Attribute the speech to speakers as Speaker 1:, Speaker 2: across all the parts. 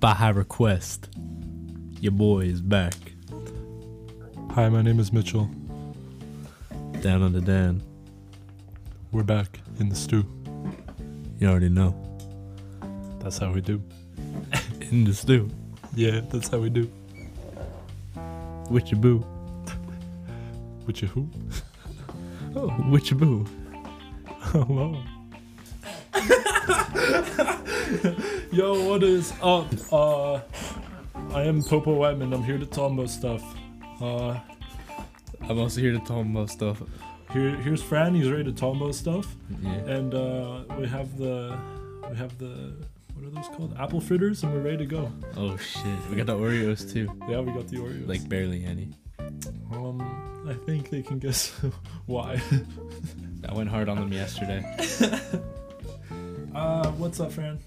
Speaker 1: by high request. Your boy is back.
Speaker 2: Hi, my name is Mitchell.
Speaker 1: Down on the Dan.
Speaker 2: We're back in the stew.
Speaker 1: You already know.
Speaker 2: That's how we do.
Speaker 1: In the stew.
Speaker 2: Yeah, that's how we do.
Speaker 1: With your boo.
Speaker 2: With your who?
Speaker 1: Oh, with your boo.
Speaker 2: Oh, wow. Yo, what is up? Uh, I am Popo Wetman. I'm here to talk about stuff. Uh,
Speaker 1: I'm also here to talk about stuff.
Speaker 2: here, here's Fran. He's ready to talk about stuff.
Speaker 1: Yeah.
Speaker 2: And uh, we have the, we have the, what are those called? Apple fritters, and we're ready to go.
Speaker 1: Oh shit. We got the Oreos too.
Speaker 2: Yeah, we got the Oreos.
Speaker 1: Like barely any.
Speaker 2: um, I think they can guess why.
Speaker 1: I went hard on them yesterday.
Speaker 2: Uh, what's up, Fran?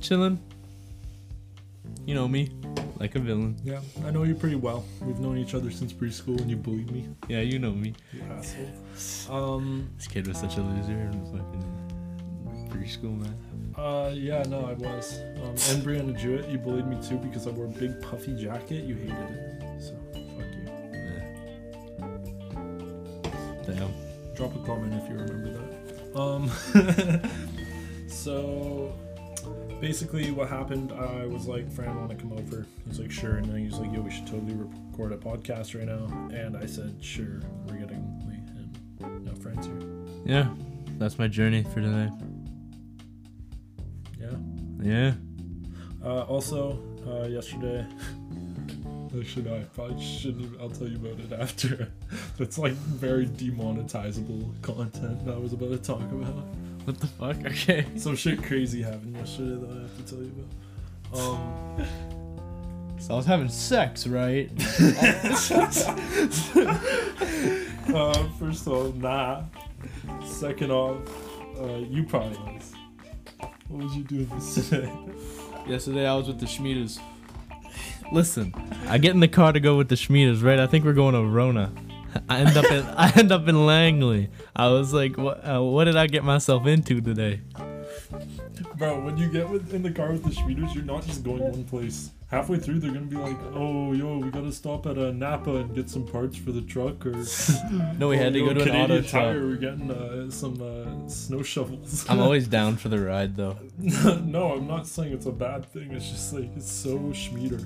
Speaker 1: Chillin'. You know me. Like a villain.
Speaker 2: Yeah, I know you pretty well. We've known each other since preschool, and you bullied me.
Speaker 1: Yeah, you know me.
Speaker 2: You asshole. Um.
Speaker 1: This kid was such a loser in fucking preschool, man.
Speaker 2: Uh. Yeah. No, I was. Um, and Brianna Jewett, you bullied me too because I wore a big puffy jacket. You hated it. So fuck
Speaker 1: Yeah.
Speaker 2: you.
Speaker 1: Damn.
Speaker 2: Drop a comment if you remember that. Um. so. Basically, what happened, I was like, Fran, want to come over? He's like, sure. And then he's like, yo, we should totally record a podcast right now. And I said, sure. We're getting late. And now Fran's here.
Speaker 1: Yeah, that's my journey for today.
Speaker 2: Yeah.
Speaker 1: Yeah.
Speaker 2: Uh, also, uh, yesterday. Actually, no, I probably shouldn't even. I'll tell you about it after. That's like very demonetizable content that I was about to talk about.
Speaker 1: What the fuck? Okay.
Speaker 2: Some shit crazy happened yesterday that I have to tell you about. Um,
Speaker 1: So I was having sex, right?
Speaker 2: uh, first of all, nah. Second off, uh, you probably was. What was you doing this today?
Speaker 1: Yesterday I was with the Schmiedas. Listen, I get in the car to go with the Schmiedas, right? I think we're going to Rona. I end up in I end up in Langley. I was like, what? Uh, what did I get myself into today?
Speaker 2: Bro, when you get with, in the car with the Schmieders, you're not just going one place. Halfway through, they're gonna be like, "Oh, yo, we gotta stop at uh, Napa and get some parts for the truck." Or
Speaker 1: No, we had to go
Speaker 2: "Oh, yo,
Speaker 1: to an
Speaker 2: Canadian
Speaker 1: auto
Speaker 2: Tire,
Speaker 1: shop.
Speaker 2: We're getting uh, some uh, snow shovels.
Speaker 1: I'm always down for the ride, though.
Speaker 2: no, I'm not saying it's a bad thing. It's just like it's so Schmieder.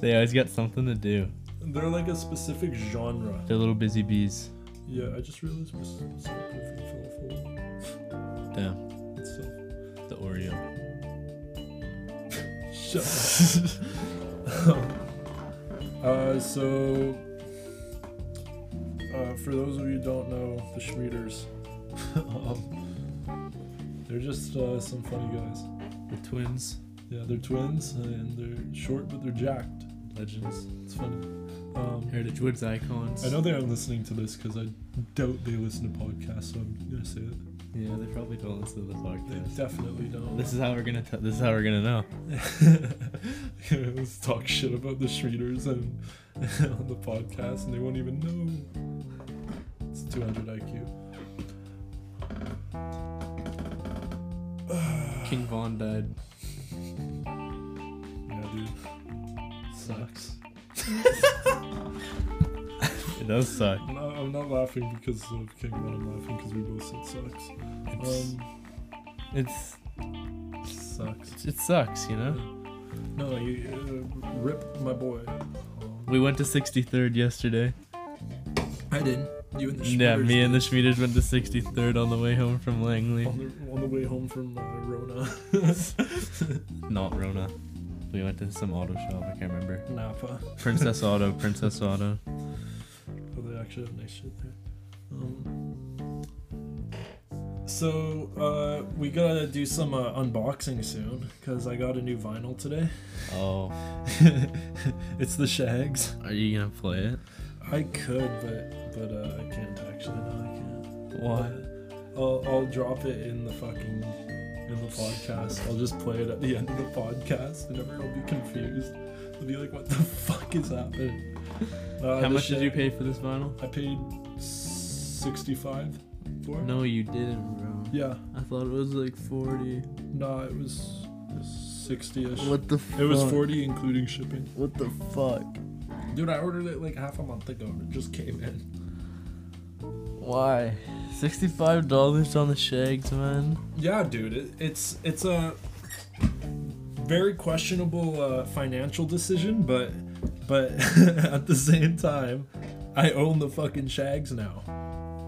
Speaker 1: They always got something to do.
Speaker 2: They're like a specific genre.
Speaker 1: They're little busy bees.
Speaker 2: Yeah, I just realized we're so so good for the falafel
Speaker 1: Damn,
Speaker 2: itself.
Speaker 1: the Oreo.
Speaker 2: Shut up. Um, uh, so, uh, for those of you who don't know, the Schmieders, um, they're just uh, some funny guys.
Speaker 1: The twins,
Speaker 2: Yeah, they're twins and they're short, but they're jacked.
Speaker 1: legends,
Speaker 2: It's funny. Um,
Speaker 1: Heritage Woods icons.
Speaker 2: I know they aren't listening to this because I doubt they listen to podcasts, so I'm gonna say it.
Speaker 1: Yeah, they probably don't listen to the
Speaker 2: They
Speaker 1: podcast.
Speaker 2: definitely don't.
Speaker 1: This is how we're gonna. T- this is how we're gonna know.
Speaker 2: Let's talk shit about the Schmieders and on the podcast, and they won't even know. It's 200 IQ.
Speaker 1: King Von died.
Speaker 2: Yeah, dude. Sucks.
Speaker 1: It does suck.
Speaker 2: I'm not, I'm not laughing because of King Von. I'm laughing because we both said sucks.
Speaker 1: It's,
Speaker 2: Um,
Speaker 1: it's
Speaker 2: sucks.
Speaker 1: it sucks, you know.
Speaker 2: No, you uh, rip my boy. Um,
Speaker 1: We went to 63rd yesterday.
Speaker 2: I didn't. You and the Schmieders.
Speaker 1: Yeah, me and the Schmieders went to 63rd on the way home from Langley.
Speaker 2: on the, on the way home from uh, Rona,
Speaker 1: Not Rona. We went to some auto shop. I can't remember.
Speaker 2: Napa.
Speaker 1: Princess Auto. Princess Auto.
Speaker 2: Oh, they actually have nice shit there. Um, so uh, we gotta do some uh, unboxing soon because I got a new vinyl today.
Speaker 1: Oh,
Speaker 2: it's the Shags.
Speaker 1: are you gonna play it?
Speaker 2: I could, but but uh, I can't actually. No, I can't.
Speaker 1: Why?
Speaker 2: I'll, I'll drop it in the fucking in the podcast. I'll just play it at the end of the podcast, and everyone will be confused. They'll be like, "What the fuck is happening?" Uh,
Speaker 1: How
Speaker 2: the
Speaker 1: much did you
Speaker 2: Shag-
Speaker 1: pay for this vinyl?
Speaker 2: I paid sixty-five for it.
Speaker 1: No, you didn't, bro.
Speaker 2: Yeah.
Speaker 1: I thought it was like 40.
Speaker 2: No, it was sixty ish.
Speaker 3: What the fuck?
Speaker 2: It was forty including shipping.
Speaker 3: What the fuck?
Speaker 2: Dude, I ordered it like half a month ago and it just came in.
Speaker 3: Why? Sixty-five dollars on the shags, man.
Speaker 2: Yeah, dude, it, it's it's a very questionable uh, financial decision, but but at the same time, I own the fucking shags now.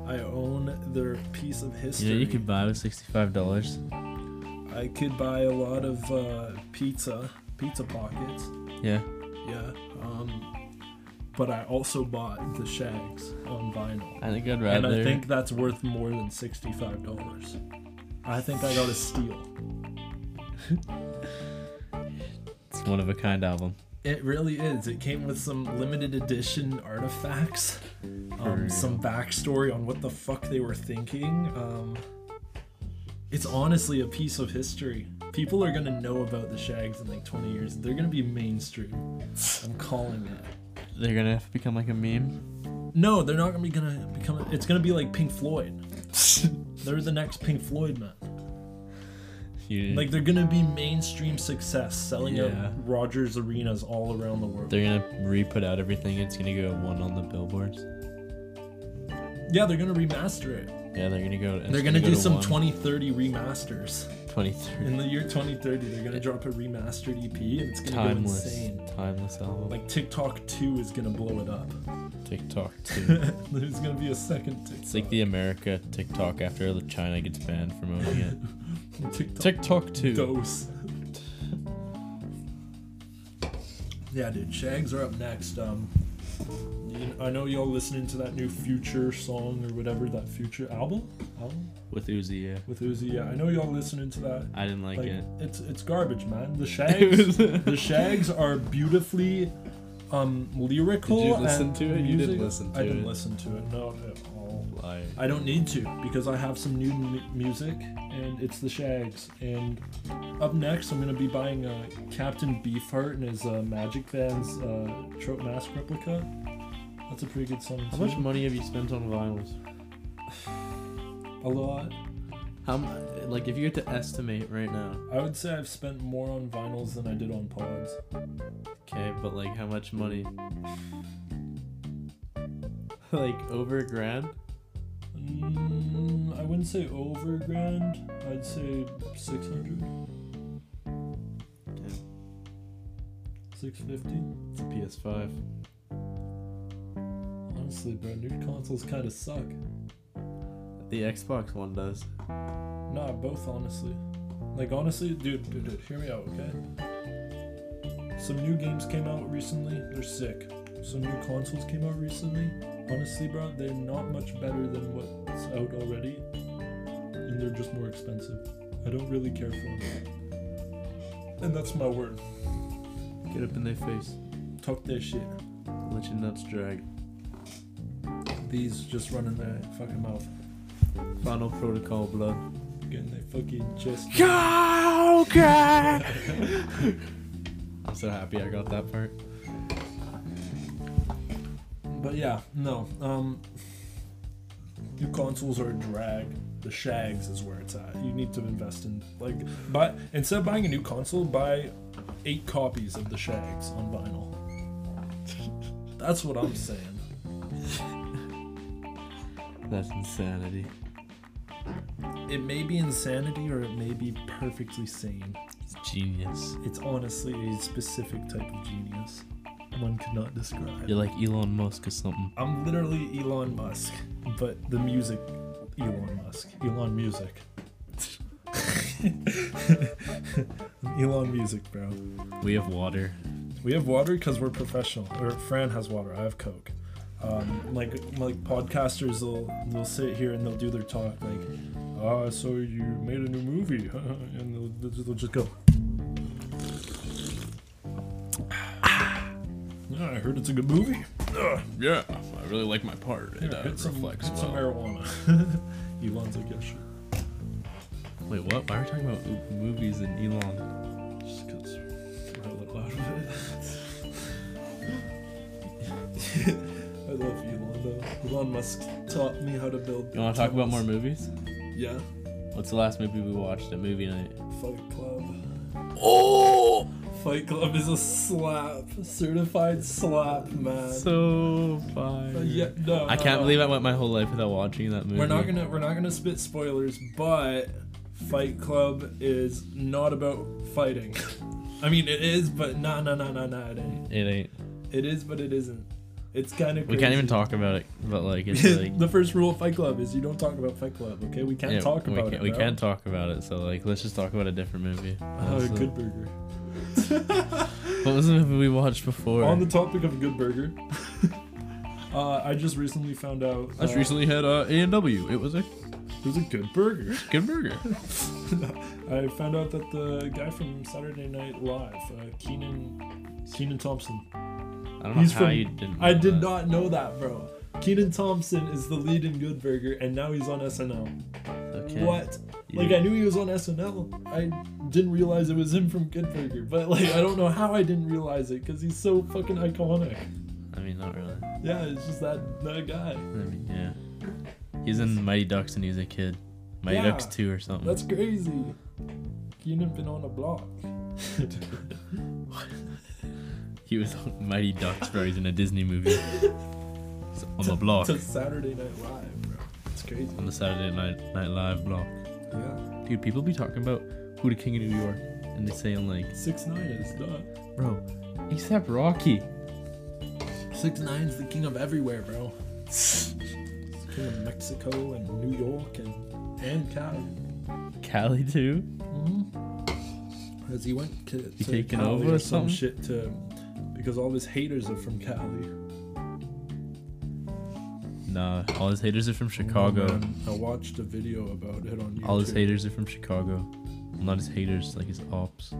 Speaker 2: I own their piece of history.
Speaker 1: Yeah, you could buy with sixty-five dollars.
Speaker 2: I could buy a lot of uh, pizza, pizza pockets.
Speaker 1: Yeah.
Speaker 2: Yeah. Um, but I also bought the shags on vinyl.
Speaker 1: I think I'd
Speaker 2: And
Speaker 1: rather.
Speaker 2: I think that's worth more than sixty-five dollars. I think I got a steal.
Speaker 1: it's one of a kind album.
Speaker 2: It really is. It came with some limited edition artifacts, um, some backstory on what the fuck they were thinking. Um, it's honestly a piece of history. People are gonna know about the Shags in like 20 years. They're gonna be mainstream. I'm calling it.
Speaker 1: They're gonna have to become like a meme.
Speaker 2: No, they're not gonna be gonna become. It's gonna be like Pink Floyd. They're the next Pink Floyd, man.
Speaker 1: You-
Speaker 2: Like they're gonna be mainstream success, selling
Speaker 1: Mm. Yeah.
Speaker 2: out Rogers arenas all around the world.
Speaker 1: they're gonna re-put out everything. It's gonna go one on the billboards.
Speaker 2: yeah, they're gonna remaster it.
Speaker 1: Yeah, they're gonna go. it's
Speaker 2: They're gonna
Speaker 1: go
Speaker 2: do
Speaker 1: to
Speaker 2: some
Speaker 1: one,
Speaker 2: 2030 remasters.
Speaker 1: 23
Speaker 2: In the year 2030, they're gonna drop a remastered EP and it's gonna
Speaker 1: timeless,
Speaker 2: go insane.
Speaker 1: timeless album.
Speaker 2: Like TikTok 2 is gonna blow it up.
Speaker 1: TikTok too.
Speaker 2: There's gonna be a second TikTok.
Speaker 1: it's like the America TikTok after the China gets banned from owning it.
Speaker 2: TikTok
Speaker 1: TikTok too.
Speaker 2: dose. yeah, dude. Shags are up next. Um, you- I know y'all listening to that new Future song or whatever that Future album, album
Speaker 1: With Uzi, yeah.
Speaker 2: with Uzi. Yeah, I know y'all listening to that.
Speaker 1: I didn't like,
Speaker 2: Like
Speaker 1: it.
Speaker 2: it's it's garbage, man. The shags, the shags are beautifully um lyrical.
Speaker 1: Did you listen
Speaker 2: and
Speaker 1: to it? You didn't listen to
Speaker 2: I didn't
Speaker 1: it.
Speaker 2: listen to it. No, at all.
Speaker 1: Liar.
Speaker 2: I don't need to because I have some new m- music and it's the shags. And up next, I'm gonna be buying uh, Captain Beefheart and his uh, Magic Band's uh, Trope Mask replica. That's a pretty good song.
Speaker 1: How
Speaker 2: too.
Speaker 1: much money have you spent on vinyls?
Speaker 2: A lot.
Speaker 1: How mu- like if you had to estimate right now?
Speaker 2: I would say I've spent more on vinyls than I did on pods.
Speaker 1: Okay, but like how much money? like over a grand?
Speaker 2: Mm, I wouldn't say over grand. I'd say 600. 650.
Speaker 1: It's a PS5.
Speaker 2: Honestly, bro, new consoles kind of suck.
Speaker 1: The Xbox One does.
Speaker 2: Nah, both honestly. Like honestly, dude, dude, dude, hear me out, okay? Some new games came out recently. They're sick. Some new consoles came out recently. Honestly, bro, they're not much better than what's out already, and they're just more expensive. I don't really care for them. And that's my word.
Speaker 1: Get up in their face.
Speaker 2: Talk their shit.
Speaker 1: Let your nuts drag.
Speaker 2: These just running their fucking mouth,
Speaker 1: Final protocol blood.
Speaker 2: getting their fucking chest.
Speaker 1: Okay. I'm so happy I got that part.
Speaker 2: But yeah, no. Um, new consoles are a drag. The shags is where it's at. You need to invest in like, buy instead of buying a new console, buy eight copies of the shags on vinyl. That's what I'm saying.
Speaker 1: That's insanity.
Speaker 2: It may be insanity or it may be perfectly sane.
Speaker 1: It's genius.
Speaker 2: It's honestly a specific type of genius. One could not describe.
Speaker 1: You're like Elon Musk or something.
Speaker 2: I'm literally Elon Musk, but the music, Elon Musk, Elon Music. I'm Elon Music, bro.
Speaker 1: We have water.
Speaker 2: We have water because we're professional. Or Fran has water. I have Coke. Um, like like podcasters will they'll sit here and they'll do their talk like, ah, so you made a new movie, huh?" and they'll, they'll just go. Ah, Yeah, I heard it's a good movie.
Speaker 1: Yeah, I really like my part. uh,
Speaker 2: Yeah, hit some, hit some marijuana. Elon's like, yeah, sure.
Speaker 1: Wait, what? Why are we talking about oop- movies and Elon?
Speaker 2: Just 'cause we're a little out of it. I love Elon though. Elon Musk taught me how to build.
Speaker 1: You want to talk about more movies?
Speaker 2: Yeah.
Speaker 1: What's the last movie we watched at movie night?
Speaker 2: Fight Club.
Speaker 1: Oh,
Speaker 2: Fight Club is a slap, certified slap, man.
Speaker 1: so fire.
Speaker 2: Uh, yeah, no.
Speaker 1: I
Speaker 2: no,
Speaker 1: can't
Speaker 2: no.
Speaker 1: believe I went my whole life without watching that movie.
Speaker 2: We're not gonna we're not gonna spit spoilers, but Fight Club is not about fighting. I mean, it is, but nah, nah, nah, nah, nah, it ain't.
Speaker 1: It ain't.
Speaker 2: It is, but it isn't. It's kind of.
Speaker 1: We can't even talk about it. But like, it's like.
Speaker 2: the first rule of Fight Club is you don't talk about Fight Club. Okay, we can't
Speaker 1: yeah,
Speaker 2: talk
Speaker 1: we
Speaker 2: about
Speaker 1: can't,
Speaker 2: it.
Speaker 1: We
Speaker 2: bro.
Speaker 1: can't talk about it. So like, let's just talk about a different movie.
Speaker 2: Uh,
Speaker 1: That's the-
Speaker 2: Good Burger.
Speaker 1: What was the movie we watched before?
Speaker 2: On the topic of Good Burger, uh, I just recently found out.
Speaker 1: I just
Speaker 2: uh,
Speaker 1: recently had uh, A&W. It was a
Speaker 2: There's a Good Burger.
Speaker 1: good burger.
Speaker 2: I found out that the guy from Saturday Night Live, uh, Keenan, Keenan Thompson.
Speaker 1: I don't know
Speaker 2: He's
Speaker 1: how
Speaker 2: from-
Speaker 1: you didn't.
Speaker 2: I
Speaker 1: know
Speaker 2: did
Speaker 1: that.
Speaker 2: not know that, bro. Keenan Thompson is the lead in Good Burger, and now he's on SNL.
Speaker 1: Okay.
Speaker 2: What?
Speaker 1: You-
Speaker 2: Like I knew he was on SNL. I didn't realize it was him from Good Burger, but like I don't know how I didn't realize it because he's so fucking iconic.
Speaker 1: I mean, not really.
Speaker 2: Yeah, it's just that that guy.
Speaker 1: I mean, yeah. He's in Mighty Ducks and he's a kid. Mighty
Speaker 2: Yeah.
Speaker 1: Ducks 2 or something.
Speaker 2: That's crazy. Keenan been on a block.
Speaker 1: He was on Mighty Ducks, bro. He's in a Disney movie. He's on the block.
Speaker 2: to Saturday Night Live, bro. It's crazy.
Speaker 1: On the Saturday Night, Night Live block.
Speaker 2: Yeah,
Speaker 1: Dude, people be talking about who the king of New York. And they saying, like,
Speaker 2: six nine is done.
Speaker 1: bro, except Rocky.
Speaker 2: Six Nine's the king of everywhere, bro. king of Mexico and New York and and Cali.
Speaker 1: Cali, too?
Speaker 2: As he went to, to
Speaker 1: taking
Speaker 2: Cali
Speaker 1: over or
Speaker 2: or
Speaker 1: something?
Speaker 2: some shit to, because all his haters are from Cali.
Speaker 1: Nah, all his haters are from Chicago.
Speaker 2: And I watched a video about it on YouTube.
Speaker 1: All his haters are from Chicago. Not his haters, like his ops.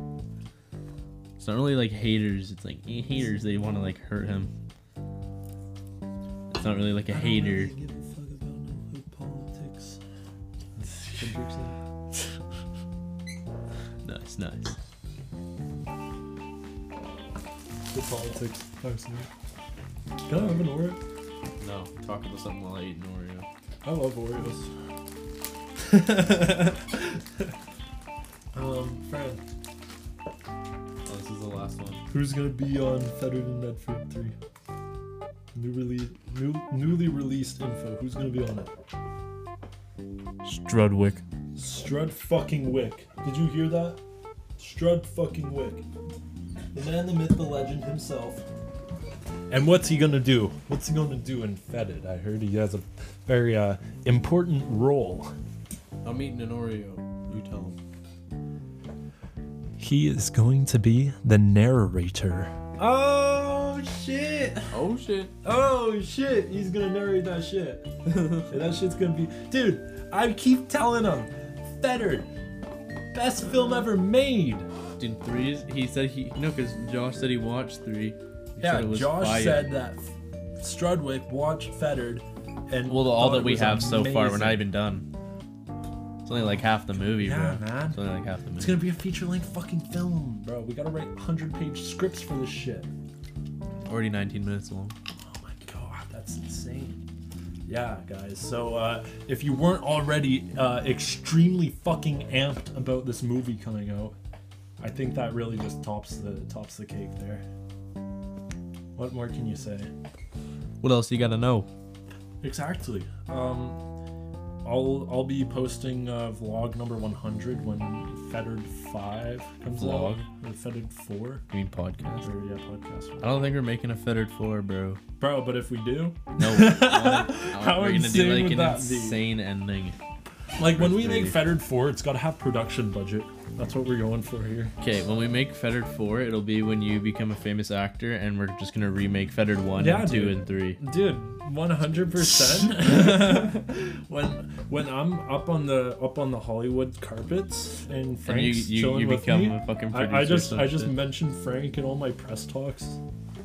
Speaker 1: It's not really like haters. It's like eh, haters. They want to like hurt him. It's not really like a
Speaker 2: I don't
Speaker 1: hater.
Speaker 2: really give a fuck about no hood politics. Hendrickson.
Speaker 1: Nice, nice.
Speaker 2: Hood politics. Thanks, man. Can I have an Oreo?
Speaker 1: No, talk about something while I eat an Oreo.
Speaker 2: I love Oreos. um, friend.
Speaker 1: Oh, this is the last one.
Speaker 2: Who's gonna be on Fettered and Medford 3? New release, new, newly released info. Who's gonna be on it?
Speaker 1: Strudwick.
Speaker 2: Strud fucking Wick. Did you hear that? Strud fucking Wick. The man, the myth, the legend himself. And what's he gonna do? What's he gonna do in Fettered? I heard he has a very uh, important role.
Speaker 1: I'm eating an Oreo. You tell him.
Speaker 2: He is going to be the narrator. Oh shit!
Speaker 1: Oh shit.
Speaker 2: Oh shit, he's gonna narrate that shit. And that shit's gonna be, dude. I keep telling him, Fettered, best film ever made.
Speaker 1: Dude, three is. He said he no, cause Josh said he watched three. He
Speaker 2: Yeah,
Speaker 1: said it was
Speaker 2: Josh
Speaker 1: fire.
Speaker 2: said that Strudwick watched Fettered, and
Speaker 1: Well, all
Speaker 2: thought
Speaker 1: that
Speaker 2: it
Speaker 1: we
Speaker 2: was
Speaker 1: have so far, we're
Speaker 2: amazing.
Speaker 1: not even done. It's only like half the movie,
Speaker 2: Yeah,
Speaker 1: bro.
Speaker 2: man.
Speaker 1: It's only like half the movie.
Speaker 2: It's gonna be a feature-length fucking film, bro. We gotta write hundred-page scripts for this shit.
Speaker 1: Already 19 minutes long.
Speaker 2: Oh my god, that's insane. Yeah, guys. So uh, if you weren't already uh, extremely fucking amped about this movie coming out, I think that really just tops the tops the cake there. What more can you say?
Speaker 1: What else you gotta know?
Speaker 2: Exactly. Um, I'll I'll be posting uh, vlog number 100 when Fettered Five comes
Speaker 1: Vlog?
Speaker 2: out. Or Fettered Four.
Speaker 1: You mean podcast?
Speaker 2: Or yeah, podcast.
Speaker 1: I don't think we're making a fettered floor, bro.
Speaker 2: Bro, but if we do,
Speaker 1: No, we're,
Speaker 2: How
Speaker 1: we're gonna
Speaker 2: insane
Speaker 1: do
Speaker 2: would
Speaker 1: like an
Speaker 2: that be?
Speaker 1: insane ending.
Speaker 2: Like when
Speaker 1: Or
Speaker 2: we make
Speaker 1: three.
Speaker 2: Fettered 4, it's got to have production budget. That's what we're going for here.
Speaker 1: Okay, when we make fettered four, it'll be when you become a famous actor, and we're just gonna remake fettered one,
Speaker 2: Yeah,
Speaker 1: and two,
Speaker 2: dude.
Speaker 1: and three.
Speaker 2: Dude, 100%. when when I'm up on the up on the Hollywood carpets and
Speaker 1: And you,
Speaker 2: Frank's
Speaker 1: you,
Speaker 2: chilling
Speaker 1: you
Speaker 2: with
Speaker 1: become
Speaker 2: me,
Speaker 1: a fucking producer.
Speaker 2: I, I just
Speaker 1: or some
Speaker 2: I just
Speaker 1: shit.
Speaker 2: mentioned Frank in all my press talks.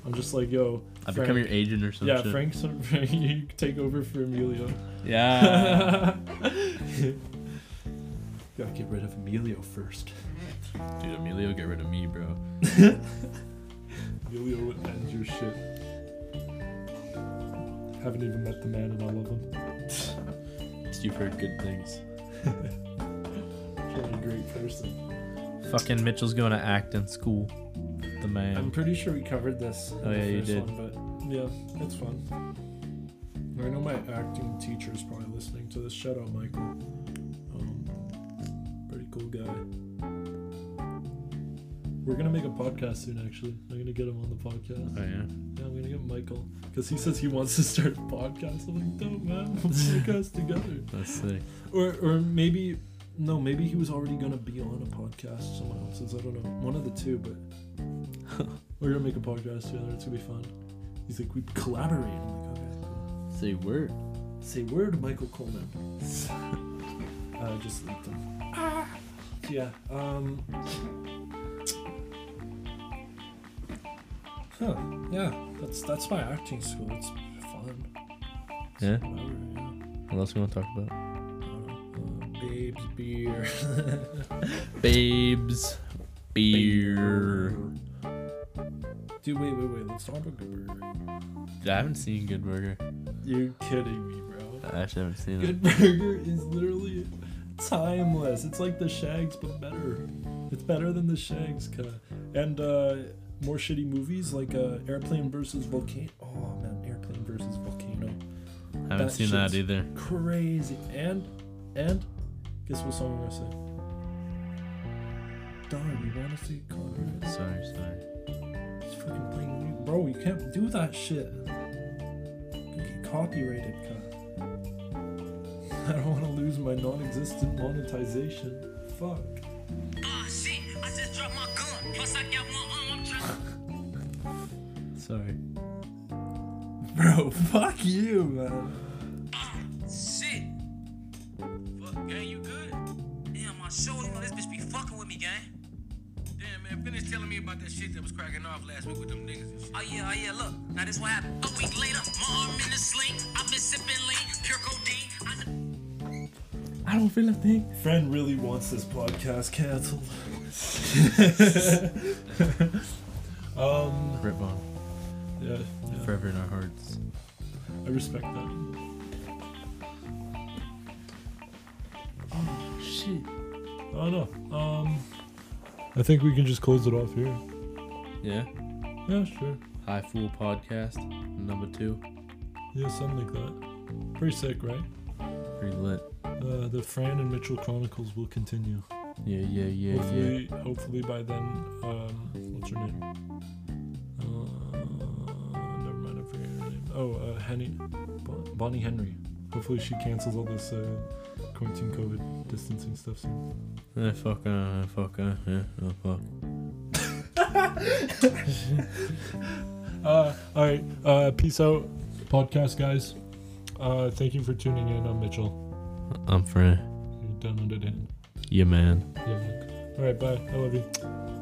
Speaker 2: I'm just like, yo,
Speaker 1: I
Speaker 2: Frank,
Speaker 1: become your agent or some
Speaker 2: yeah,
Speaker 1: shit.
Speaker 2: Frank's Frank, you take over for Emilio.
Speaker 1: Yeah.
Speaker 2: Gotta get rid of Emilio first.
Speaker 1: Dude, Emilio, get rid of me, bro.
Speaker 2: Emilio would end your shit. Haven't even met the man and I love him.
Speaker 1: You've heard good things.
Speaker 2: What a great person.
Speaker 1: Fucking Mitchell's going to act in school. The man.
Speaker 2: I'm pretty sure we covered this. in
Speaker 1: Oh,
Speaker 2: the
Speaker 1: yeah, you
Speaker 2: first
Speaker 1: did.
Speaker 2: One, but yeah, it's fun. I know my acting teacher's probably listening to this. Shout out, Michael. Um, pretty cool guy. We're gonna make a podcast soon. Actually, I'm gonna get him on the podcast.
Speaker 1: oh, yeah.
Speaker 2: Yeah, I'm gonna get Michael because he says he wants to start a podcast. I'm like, dope, man. We'll make us together.
Speaker 1: That's sick.
Speaker 2: Or, or maybe, no, maybe he was already gonna be on a podcast. Someone else's, I don't know, one of the two. But we're gonna make a podcast together. It's gonna be fun. He's like, we collaborate. I'm like, okay. cool.
Speaker 3: Say word.
Speaker 2: Say word, Michael Coleman. uh, just leaked him. Ah! Yeah. Um. Huh. Yeah. That's that's my acting school. It's fun. It's
Speaker 1: Yeah?
Speaker 2: whatever, yeah.
Speaker 1: What else we want to talk about?
Speaker 2: Uh, babes beer.
Speaker 1: Babes. Beer.
Speaker 2: Dude, wait, wait, wait. Let's talk about Good Burger.
Speaker 1: I haven't seen Good Burger.
Speaker 2: You're kidding me, bro.
Speaker 1: I actually haven't seen it.
Speaker 2: Good Burger is literally timeless. It's like the Shags, but better. It's better than the Shags, kinda. And uh, more shitty movies like uh, Airplane versus Volcano. Oh man, Airplane versus Volcano.
Speaker 1: I haven't
Speaker 2: That
Speaker 1: seen that
Speaker 2: shit's-
Speaker 1: either.
Speaker 2: Crazy. And and guess what song I'm gonna say? Darn, you wanna see Connor?
Speaker 1: Sorry, sorry.
Speaker 2: It's fucking playing mu- Bro, you can't do that shit. You get copyrighted, cunt. I don't want to lose my non existent monetization. Fuck.
Speaker 4: Ah, shit, I just dropped my gun. Plus, I got one arm. I'm trying.
Speaker 1: Sorry.
Speaker 2: Bro, fuck you, man.
Speaker 4: Ah, shit. Fuck, gang, you good? Damn, my shoulder, you know, this bitch be fucking with me, gang. Damn, man, finish telling me about that shit that was cracking off last week with them niggas and shit. Oh, yeah, oh, yeah, look. Now, this what happened. A week later, my arm in a sling. I've been sipping lean, pure codeine. I kn-
Speaker 1: I don't feel a thing.
Speaker 2: Friend really wants this podcast canceled. um,
Speaker 1: Rip on.
Speaker 2: yeah, yeah,
Speaker 1: Forever in our hearts.
Speaker 2: I respect that.
Speaker 3: Shit.
Speaker 2: Oh no. Um, I think we can just close it off here.
Speaker 1: Yeah.
Speaker 2: Yeah, sure.
Speaker 1: High Fool Podcast, number two.
Speaker 2: Yeah, something like that. Pretty sick, right?
Speaker 1: Pretty lit.
Speaker 2: Uh, the Fran and Mitchell Chronicles will continue.
Speaker 1: Yeah, yeah, yeah, yeah.
Speaker 2: hopefully, hopefully by then, um, what's her name? Uh, never mind, I forget her name. Oh, uh, Henny, Bon- Bonnie Henry. Hopefully, she cancels all this uh, quarantine, COVID, distancing stuff soon.
Speaker 1: Eh, fuck, uh, fuck, uh, yeah, oh, fuck.
Speaker 2: Uh, all right, uh, peace out, podcast guys. Uh, thank you for tuning in. I'm Mitchell.
Speaker 1: I'm Fran.
Speaker 2: You're done with it.
Speaker 1: Yeah, man.
Speaker 2: Yeah. All right, bye. I love you.